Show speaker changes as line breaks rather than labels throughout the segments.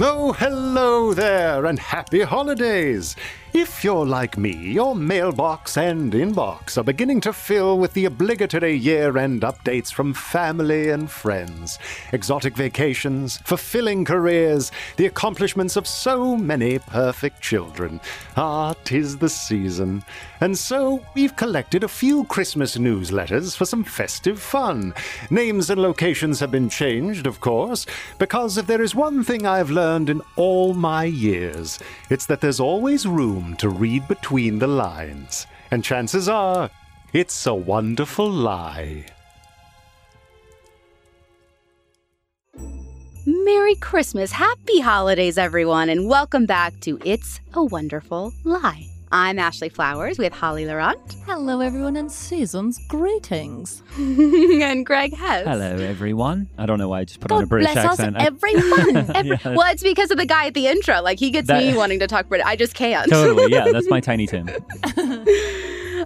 Oh, hello there, and happy holidays! If you're like me, your mailbox and inbox are beginning to fill with the obligatory year end updates from family and friends. Exotic vacations, fulfilling careers, the accomplishments of so many perfect children. Ah, 'tis the season. And so we've collected a few Christmas newsletters for some festive fun. Names and locations have been changed, of course, because if there is one thing I've learned in all my years, it's that there's always room to read between the lines. And chances are, it's a wonderful lie.
Merry Christmas, happy holidays, everyone, and welcome back to It's a Wonderful Lie. I'm Ashley Flowers with Holly Laurent
Hello, everyone, and season's greetings.
and Greg Hess.
Hello, everyone. I don't know why I just put on a
God
British
bless us,
accent. I-
everyone.
Every- Well, it's because of the guy at the intro. Like, he gets
That-
me wanting to talk British. I just can't.
totally, yeah, that's my Tiny Tim.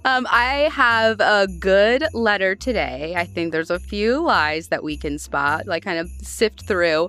Um, I have a good letter today. I think there's a few lies that we can spot, like kind of sift through.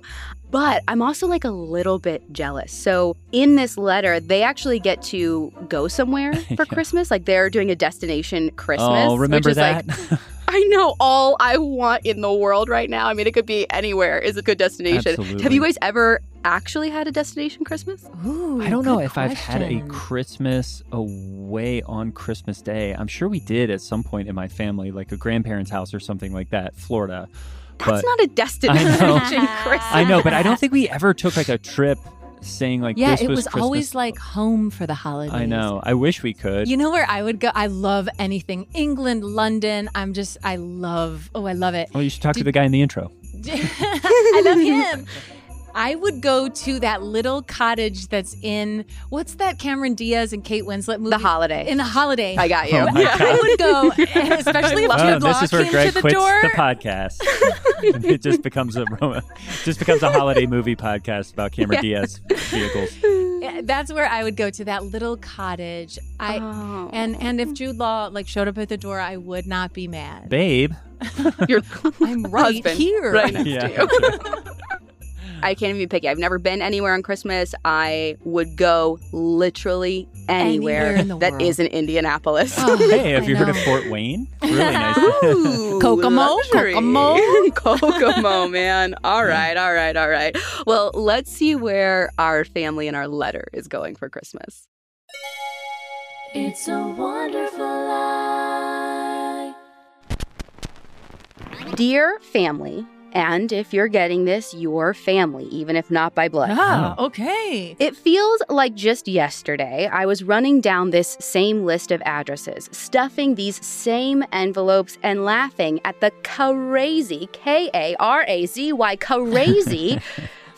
But I'm also like a little bit jealous. So in this letter, they actually get to go somewhere for Christmas. Like they're doing a destination Christmas.
oh, remember
which is
that?
Like, I know all I want in the world right now. I mean, it could be anywhere is a good destination. Have
Absolutely.
you guys ever actually had a destination Christmas?
Ooh,
I don't know
good
if I've had a
question.
Christmas away on Christmas Day. I'm sure we did at some point in my family, like a grandparents' house or something like that, Florida.
That's
but
not a destination Christmas.
I know, but I don't think we ever took like a trip saying like
Yeah,
this
it
was,
was
Christmas.
always like home for the holidays.
I know. I wish we could.
You know where I would go? I love anything England, London. I'm just, I love, oh, I love it.
well, you should talk to the guy in the intro.
I love him. I would go to that little cottage that's in what's that Cameron Diaz and Kate Winslet movie?
The holiday.
in the holiday.
I got you.
Oh my
Yeah, I would go, and especially if
love
Oh,
Jude Law
this is where
came
Greg
to the
quits
door.
the podcast. And it just becomes a just becomes a holiday movie podcast about Cameron Diaz vehicles.
Yeah, That's where I would go to that little cottage. I
Oh.
and and if Jude Law like showed up at the door, I would not be mad.
Babe.
your
I'm right
husband
here.
right next
Yeah.
to you. I can't even pick it. I've never been anywhere on Christmas. I would go literally
Anywhere
anywhere,
in the
that
world.
isn't Indianapolis.
Oh,
Hey, have
I
you heard of
know.
Fort Wayne? Really nice.
Ooh,
Kokomo?
luxury.
Kokomo?
Kokomo, man. All right, all right, all right. Well, let's see where our family and our letter is going for Christmas.
It's a wonderful
Ah,
lie.
Dear family, and if you're getting this, your family, even if not by blood.
Ah, okay.
It feels like just yesterday I was running down this same list of addresses, stuffing these same envelopes, and laughing at the crazy, K A R A Z Y, crazy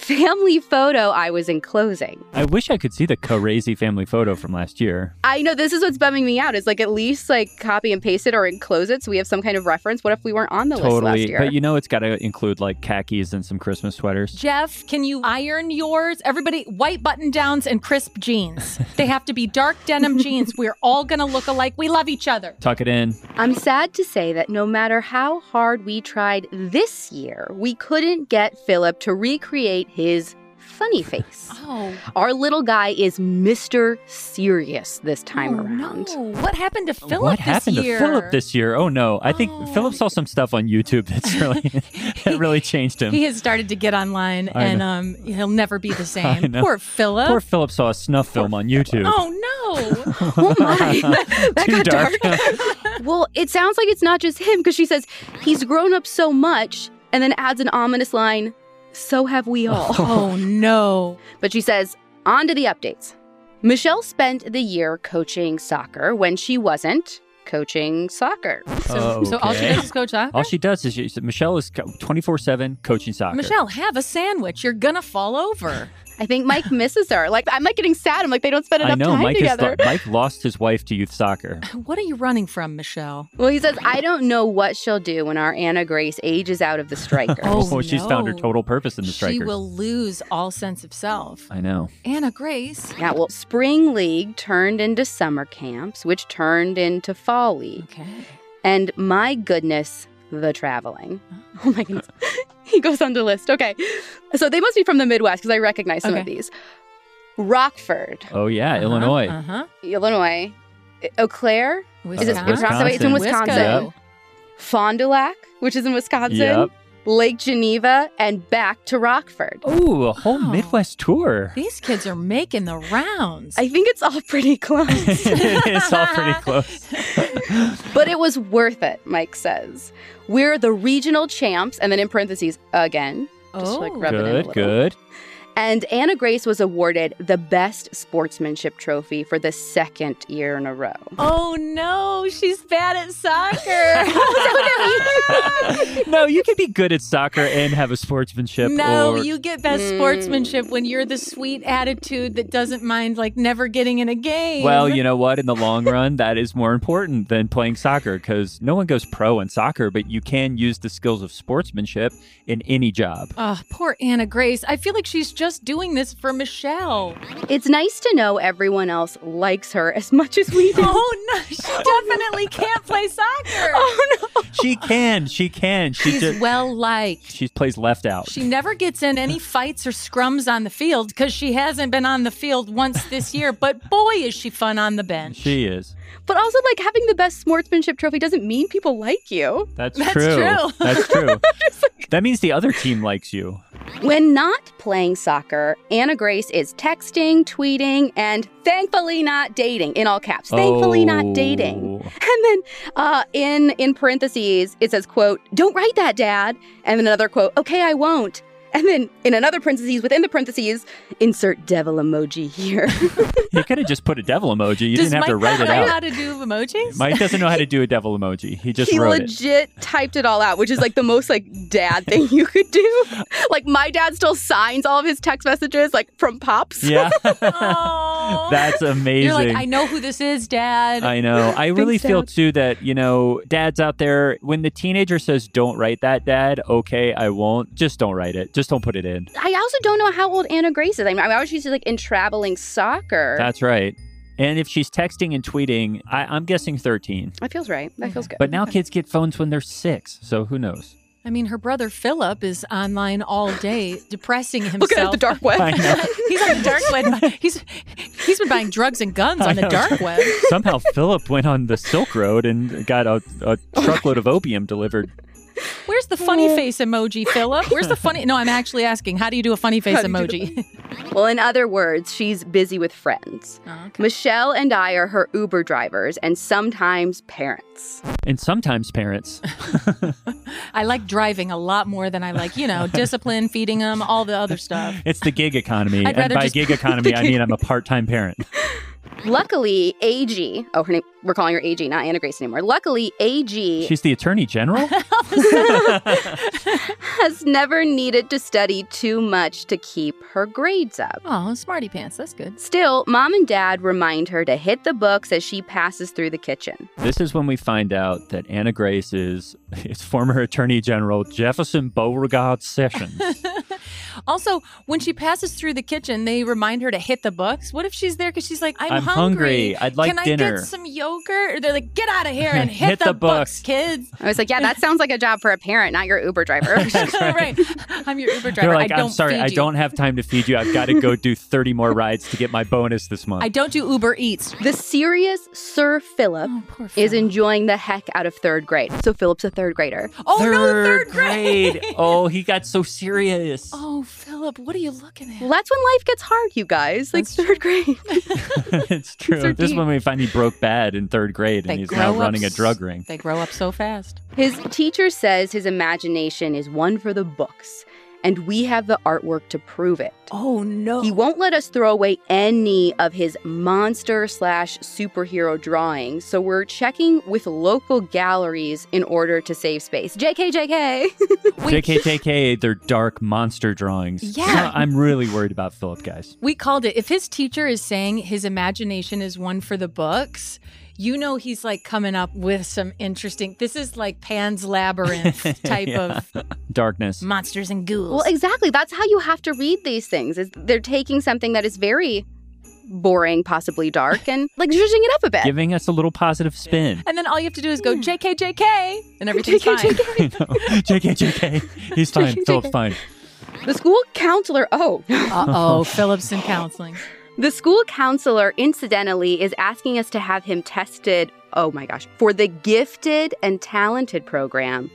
family photo I was enclosing.
I wish I could see the Crazy family photo from last year.
I know this is what's bumming me out. Is like at least like copy and paste it or enclose it so we have some kind of reference. What if we weren't on the list last
Totally.
year?
But you know it's gotta include like khakis and some Christmas sweaters.
Jeff, can you iron yours? Everybody, white button downs and crisp jeans. They have to be dark denim jeans. We're all gonna look alike. We love each other.
Tuck it in.
I'm sad to say that no matter how hard we tried this year, we couldn't get Philip to recreate his funny face.
Oh,
Our little guy is Mr. Serious this time
oh,
around.
no. What happened to Philip
what
this
happened
year?
to Philip this year? Oh no. I think
Oh.
Philip saw some stuff on YouTube that's really that really changed him.
He has started to get online,
I
and um, he'll never be the
I
same.
know.
Poor Philip.
Poor Philip saw a snuff film on YouTube.
oh no.
Oh my. that
Too
got dark. well, it sounds like it's not just him because she says, he's grown up so much, and then adds an ominous line, so have we all.
oh no.
But she says, on to the updates. Michelle spent the year coaching soccer when she wasn't coaching soccer.
So, so all she
Oh, Okay.
does is coach soccer.
All she does is she, Michelle is twenty four seven coaching soccer.
Michelle, have a sandwich. You're gonna fall over.
I think Mike misses her. Like, I'm like getting sad. I'm like, they don't spend enough
I know
time
Mike is
together.
Mike lost his wife to youth soccer.
What are you running from, Michelle?
well, he says, I don't know what she'll do when our Anna Grace ages out of the strikers.
Oh,
she's found her
no.
total purpose in the strikers.
She will lose all sense of self.
I know.
Anna Grace.
Yeah, well, spring league turned into summer camps, which turned into fall league.
Okay.
And my goodness, the traveling. Oh my goodness. he goes on the list. Okay. So they must be from the Midwest because I recognize some of
Okay.
these. Rockford,
Oh yeah, Illinois.
Uh huh.
Illinois, I- Eau Claire,
Is it-
Uh-huh. Wisconsin.
Wisconsin. it's in
Wisconsin.
Wisco.
Fond du Lac, which is in Wisconsin,
Yep.
Lake Geneva, and back to Rockford.
Oh, a whole
Wow.
Midwest tour.
These kids are making the rounds.
I think it's all pretty close,
it's all pretty close.
but it was worth it, Mike says. We're the regional champs, and then in parentheses, again. just,
Oh.
like, rub- Rubbing it in a
good,
little.
good.
And Anna Grace was awarded the Best Sportsmanship Trophy for the second year in a row.
oh no, she's bad at soccer.
no, you can be good at soccer and have a sportsmanship.
no,
or...
you get best
Mm.
sportsmanship when you're the sweet attitude that doesn't mind like never getting in a game.
Well, you know what? In the long run, that is more important than playing soccer because no one goes pro in soccer, but you can use the skills of sportsmanship in any job.
Oh, poor Anna Grace. I feel like she's just doing this for Michelle.
It's nice to know everyone else likes her as much as we do.
Oh no, she definitely can't play soccer.
Oh,
She can. She can. She
she's
just.
well liked.
She plays left out.
She never gets in any fights or scrums on the field because she hasn't been on the field once this year. But boy, is she fun on the bench.
She is.
But also, like, having the Best Sportsmanship Trophy doesn't mean people like you.
That's,
That's
true.
true.
That's true. that means the other team likes you.
When not playing soccer, Anna Grace is texting, tweeting, and thankfully not dating in all caps. Thankfully not dating.
Oh.
And then uh, in in parentheses it says quote Don't write that, Dad. And then another quote Okay, I won't. And then in another parentheses within the parentheses insert devil emoji here.
You could have just put a devil emoji. You
Does
didn't have to
Mike
write
not
it
know
out.
how to do emojis?
Mike doesn't know how to do a devil emoji. He just
he
wrote it.
legit typed it all out, which is like the most like dad thing you could do. Like my dad still signs all of his text messages like from pops.
Yeah.
Aw.
That's amazing.
You're like, I know who this is, Dad.
I know. I really
Thanks,
feel
Dad.
too that, you know, dads out there, when the teenager says, don't write that, dad, okay, I won't, just don't write it. Just don't put it in.
I also don't know how old Anna Grace is. I mean, I always used to like in traveling soccer.
That's right. And if she's texting and tweeting, I, I'm guessing 13.
that feels right. That feels good.
But now kids get phones when they're six, so who knows?
I mean, her brother Philip is online all day, depressing himself.
Look at the dark web.
I know.
he's on the dark web. He's he's been buying drugs and guns on the
I know.
dark web.
Somehow Philip went on the Silk Road and got a, a truckload of opium delivered.
Where's the funny
Oh.
face emoji, Philip? Where's the funny? No, I'm actually asking. How do you do a funny face
How do you do
emoji?
Well, in other words, she's busy with friends.
Oh, okay.
Michelle and I are her Uber drivers and sometimes parents.
And sometimes parents.
I like driving a lot more than I like, you know, discipline, feeding them, all the other stuff.
It's the gig economy.
I'd
and
rather
by
just-
gig economy, I mean I'm a part time parent.
Luckily, AG, oh, her name, we're calling her AG, not Anna Grace anymore. Luckily, AG
She's the attorney general?
has never needed to study too much to keep her grades up.
Oh, smarty pants. That's good.
Still, mom and dad remind her to hit the books as she passes through the kitchen.
This is when we find out that Anna Grace is, is former Attorney General Jefferson Beauregard Sessions.
Also, when she passes through the kitchen, they remind her to hit the books. What if she's there because she's like, I'm,
I'm hungry. I'd like
Can I
dinner."
get some yogurt? Or they're like, get out of here and hit, the, books, kids.
I was like, yeah, that sounds like a job for a parent, not your Uber driver.
right. I'm your Uber driver.
They're like,
I don't
I'm sorry,
feed
I
you.
don't have time to feed you. I've got to go do 30 more rides to get my bonus this month.
I don't do Uber Eats.
the serious Sir Philip
Oh, poor
is
Philip.
enjoying the heck out of third grade. So Philip's a third grader.
Oh no, third grade.
Oh, he got so serious.
Oh, Philip, what are you looking at?
Well, that's when life gets hard, you guys. Like
That's
third grade.
it's true.
so
this is
deep.
when we find he broke bad in third grade and
They
he's
grow
now
up
running a
s-
drug ring.
They grow up so fast.
His teacher says his imagination is one for the books, and we have the artwork to prove it.
Oh no.
He won't let us throw away any of his monster slash superhero drawings, so we're checking with local galleries in order to save space. JK, JK.
Wait.
JKJK, they're dark monster drawings.
Yeah.
Now, I'm really worried about Philip, guys.
We called it. If his teacher is saying his imagination is one for the books, you know he's like coming up with some interesting. This is like Pan's Labyrinth type of
Darkness.
monsters and ghouls.
Well, exactly. That's how you have to read these things. Is they're taking something that is very boring, possibly dark, and like zhuzhing it up a bit.
giving us a little positive spin.
And then all you have to do is go JK JK and everything's
JK,
fine.
You know? JK, JK. He's fine. Philip's fine.
The school counselor, oh,
Uh oh, Phillips in counseling.
the school counselor incidentally is asking us to have him tested, oh my gosh, for the gifted and talented program,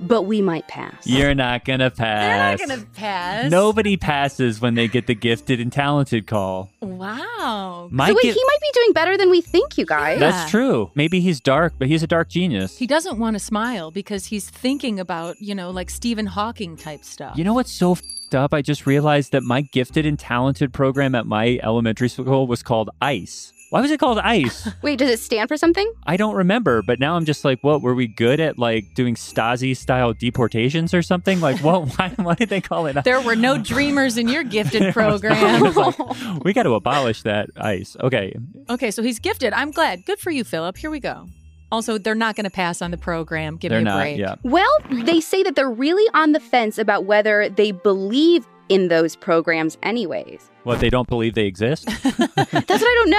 but we might pass.
You're not going to
They're not
pass.
gonna pass.
Nobody passes when they get the gifted and talented call.
Wow.
Mike,
So wait,
it-
he might be doing better than we think, you guys.
Yeah.
that's true. Maybe he's dark, but he's a dark genius.
He doesn't want to smile because he's thinking about, you know, like Stephen Hawking type stuff.
You know what's so fed up? I just realized that my gifted and talented program at my elementary school was called ICE. Why was it called ICE?
Wait, does it stand for something?
I don't remember, but now I'm just like, what? Were we good at like doing Stasi style deportations or something? Like, what? Why, why did they call it ICE?
there were no dreamers in your gifted
I
program.
was like, we got to abolish that ICE. Okay.
okay, so he's gifted. I'm glad. Good for you, Philip. Here we go. Also, they're not going to pass on the program. Give
They're
me a
not.
break.
Yeah.
Well, they say that they're really on the fence about whether they believe in those programs, anyways.
What? They don't believe they exist?
That's what I don't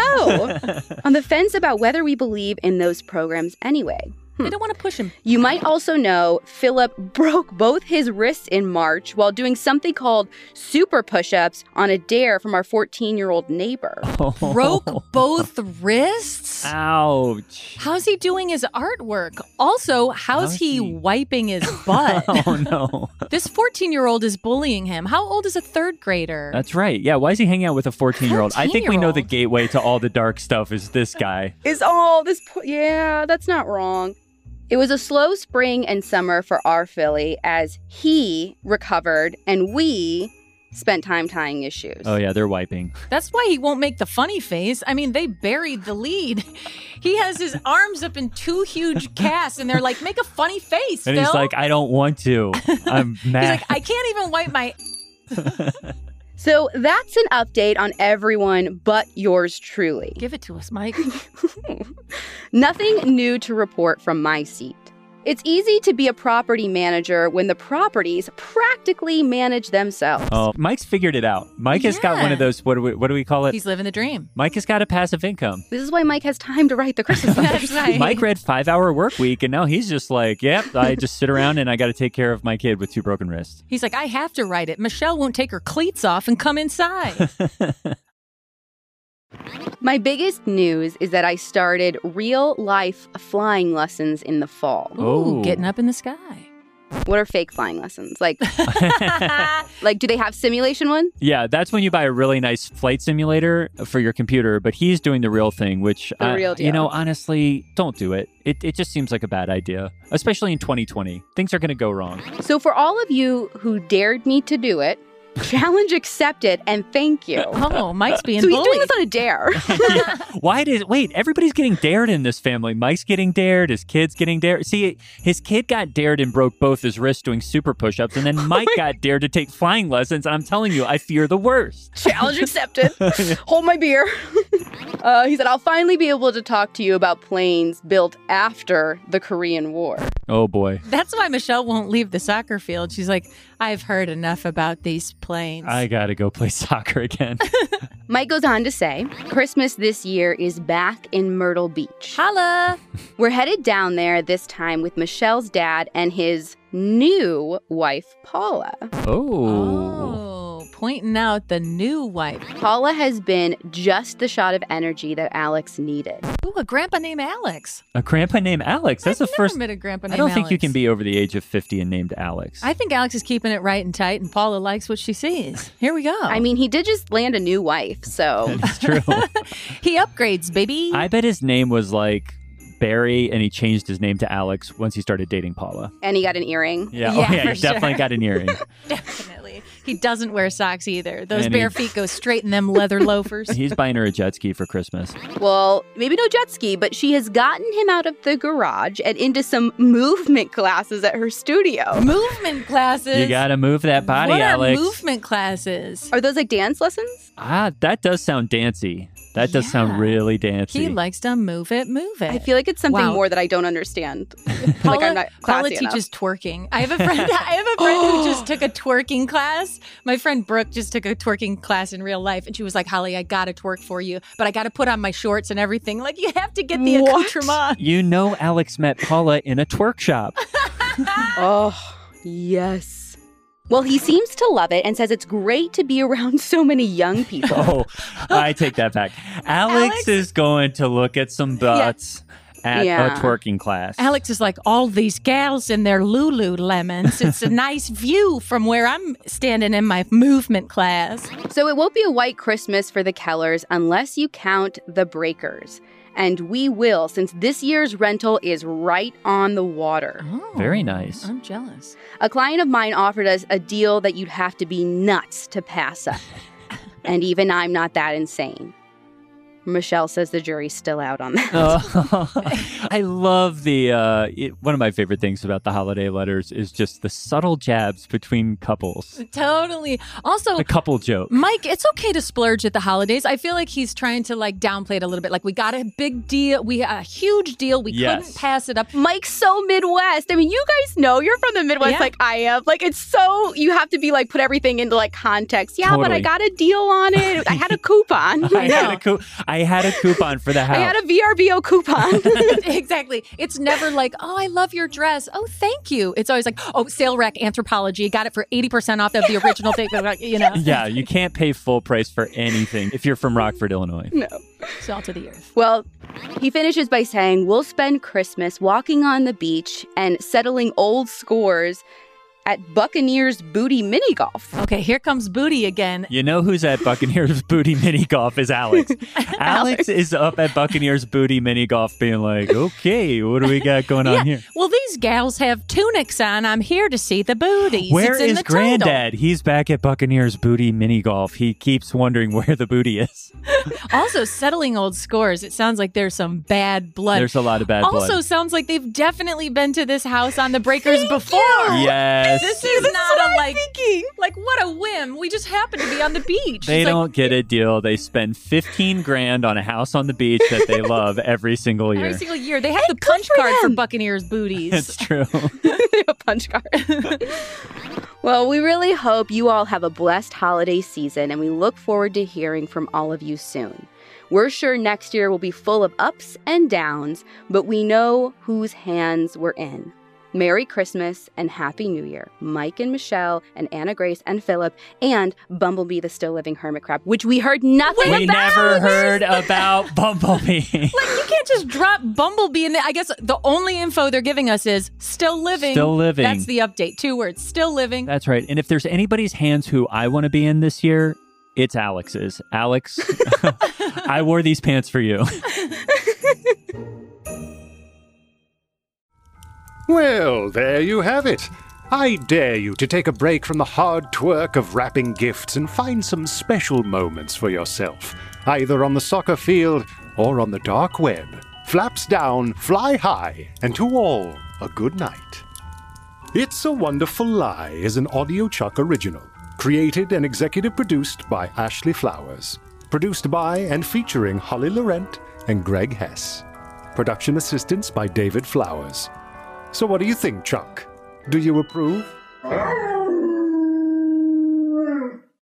know. on the fence about whether we believe in those programs, anyway.
They don't want to push him.
You might also know Philip broke both his wrists in March while doing something called super push ups on a dare from our 14 year old neighbor.
Oh.
Broke both wrists?
Ah. Ouch.
How's he doing his artwork? Also, how's
How's
he,
he-
wiping his butt?
Oh, no.
this 14 year old is bullying him. How old is a third grader?
That's right. Yeah. Why is he hanging out with a 14 year old? I think we know the
14-year-old.
gateway to all the dark stuff is this guy.
Is all this, po- yeah, that's not wrong. It was a slow spring and summer for our Philly as he recovered and we spent time tying his shoes.
Oh, yeah. They're wiping.
That's why he won't make the funny face. I mean, they buried the lead. He has his arms up in two huge casts, and they're like, make a funny face,
And
Phil.
he's like, I don't want to. I'm
He's
mad.
like, I can't even wipe my.
So that's an update on everyone but yours truly.
Give it to us, Mike.
Nothing new to report from my seat. It's easy to be a property manager when the properties practically manage themselves.
Oh, Mike's figured it out. Mike has got one
Yeah.
of those. What do we, what do we call it?
He's living the dream.
Mike has got a passive income.
This is why Mike has time to write the Christmas
That's
letters.
right.
Mike read five hour work week, and now he's just like, yep, I just sit around and I got to take care of my kid with two broken wrists.
He's like, I have to write it. Michelle won't take her cleats off and come inside.
My biggest news is that I started real life flying lessons in the fall.
Oh.
Ooh, getting up in the sky.
What are fake flying lessons? Like like do they have simulation ones?
Yeah, that's when you buy a really nice flight simulator for your computer, but he's doing the real thing, which,
The
I-
real
you
deal.
know, honestly, don't do it. it. It just seems like a bad idea, especially in 2020. Things are going to go wrong.
So for all of you who dared me to do it, challenge accepted and thank you.
oh, Mike's being
so he's
bullied.
doing this on a dare.
Why did, wait, everybody's getting dared in this family. Mike's getting dared, his kid's getting dared. See, his kid got dared and broke both his wrists doing super push ups, and then Mike got dared to take flying lessons. I'm telling you, I fear the worst.
Challenge accepted. Hold my beer. Uh, he said, I'll finally be able to talk to you about planes built after the Korean War.
Oh, boy.
That's why Michelle won't leave the soccer field. She's like, I've heard enough about these planes.
I got to go play soccer again.
Mike goes on to say, Christmas this year is back in Myrtle Beach.
Holla.
We're headed down there this time with Michelle's dad and his new wife, Paula.
Oh.
Oh, pointing out the new wife.
Paula has been just the shot of energy that Alex needed.
Ooh, a grandpa named Alex.
A grandpa named Alex. That's
I've
the
never
first.
met a grandpa
I
named
don't think you
Alex.
can be over the age of 50 and named Alex.
I think Alex is keeping it right and tight, and Paula likes what she sees. Here we go.
I mean, he did just land a new wife, so.
That's true.
he upgrades, baby.
I bet his name was like Barry and he changed his name to Alex once he started dating Paula.
And he got an earring.
Yeah,
Yeah,
oh, yeah
for
he definitely
sure.
got an earing.
Definitely. He doesn't wear socks either. Those
And he-
bare feet go straight in them leather loafers.
He's buying her a jet ski for Christmas.
Well, maybe no jet ski, but she has gotten him out of the garage and into some movement classes at her studio.
movement classes.
You gotta move that body,
what
Alex.
Are movement classes.
Are those like dance lessons?
ah, that does sound dancy. That does
Yeah.
sound really dancey.
He likes to move it, move it.
I feel like it's something
Eh, Wow.
more that I don't understand.
Paula,
like I'm not
Paula
classy enough. Oh.
teaches twerking. I have a friend. I have a friend who just took a twerking class. My friend Brooke just took a twerking class in real life, and she was like, "Holly, I gotta twerk for you, but I gotta put on my shorts and everything. Like you have to get the
What?
accoutrement."
you know, Alex met Paula in a twerk shop.
Oh, yes. Well, he seems to love it and says it's great to be around so many young people.
Oh, I take that back. Alex,
Alex-
is going to look at some butts at
Yeah.
a twerking class.
Alex is like, all these gals in their Lululemons. It's a nice view from where I'm standing in my movement class.
So it won't be a white Christmas for the Kellers unless you count the breakers. And we will, since this year's rental is right on the water.
Oh,
Very nice.
I'm jealous.
A client of mine offered us a deal that you'd have to be nuts to pass up. and even I'm not that insane. Michelle says the jury's still out on that.
Oh, I love the uh, it, one of my favorite things about the holiday letters is just the subtle jabs between couples,
Totally. Also,
the couple joke.
Mike, it's okay to splurge at the holidays. I feel like he's trying to like downplay it a little bit. Like we got a big deal, we a huge deal. We
Yes.
couldn't pass it up.
Mike's so Midwest. I mean, you guys know you're from the Midwest
Yeah.
like I am. Like it's so you have to be like put everything into like context. Yeah, but I
Totally.
got a deal on it. I had a coupon.
I had, a coup I had a coupon for the house.
I had a VRBO coupon.
exactly. It's never like, oh, I love your dress. Oh, thank you. It's always like, oh, sale rack anthropology. Got it for eighty percent off of the original thing. You know,
yeah, you can't pay full price for anything if you're from Rockford, Illinois.
salt of the earth.
well, he finishes by saying, We'll spend Christmas walking on the beach and settling old scores at Buccaneers Booty Mini Golf.
Okay, here comes booty again.
You know who's at Buccaneers Booty Mini Golf is Alex. Alex. is up at Buccaneers Booty Mini Golf being like, okay, what do we got going on here?
Well, these gals have tunics on. I'm here to see the booties.
Where
it's in
is
the title.
Granddad? He's back at Buccaneers Booty Mini Golf. He keeps wondering where the booty is.
Also, settling old scores. It sounds like there's some bad blood.
There's a lot of bad
also
blood.
sounds like they've definitely been to this house on the breakers before.
Yes.
This is not a like like what a whim. We just happen to be on the beach.
they
It's like,
don't get a deal. They spend 15 grand on a house on the beach that they love every single year.
every single year they have the punch card for Buccaneers booties.
it's true.
a punch card. well, we really hope you all have a blessed holiday season and we look forward to hearing from all of you soon. We're sure next year will be full of ups and downs, but we know whose hands we're in. Merry Christmas and Happy New Year, Mike and Michelle and Anna Grace and Philip and Bumblebee the Still Living Hermit Crab, which we heard nothing
we
about.
never heard about Bumblebee.
you can't just drop Bumblebee in there. I guess the only info they're giving us is still living.
Still living.
That's the update. Two words. Still living.
That's right. And if there's anybody's hands who I want to be in this year, it's Alex's. Alex, I wore these pants for you.
Well, there you have it. I dare you to take a break from the hard twerk of wrapping gifts and find some special moments for yourself, either on the soccer field or on the dark web. Flaps down, fly high, and to all, a good night. It's a Wonderful Lie is an Audio Chuck original, created and executive produced by Ashley Flowers, produced by and featuring Holly Laurent and Greg Hess. Production assistance by David Flowers. So, what do you think, Chuck? Do you approve?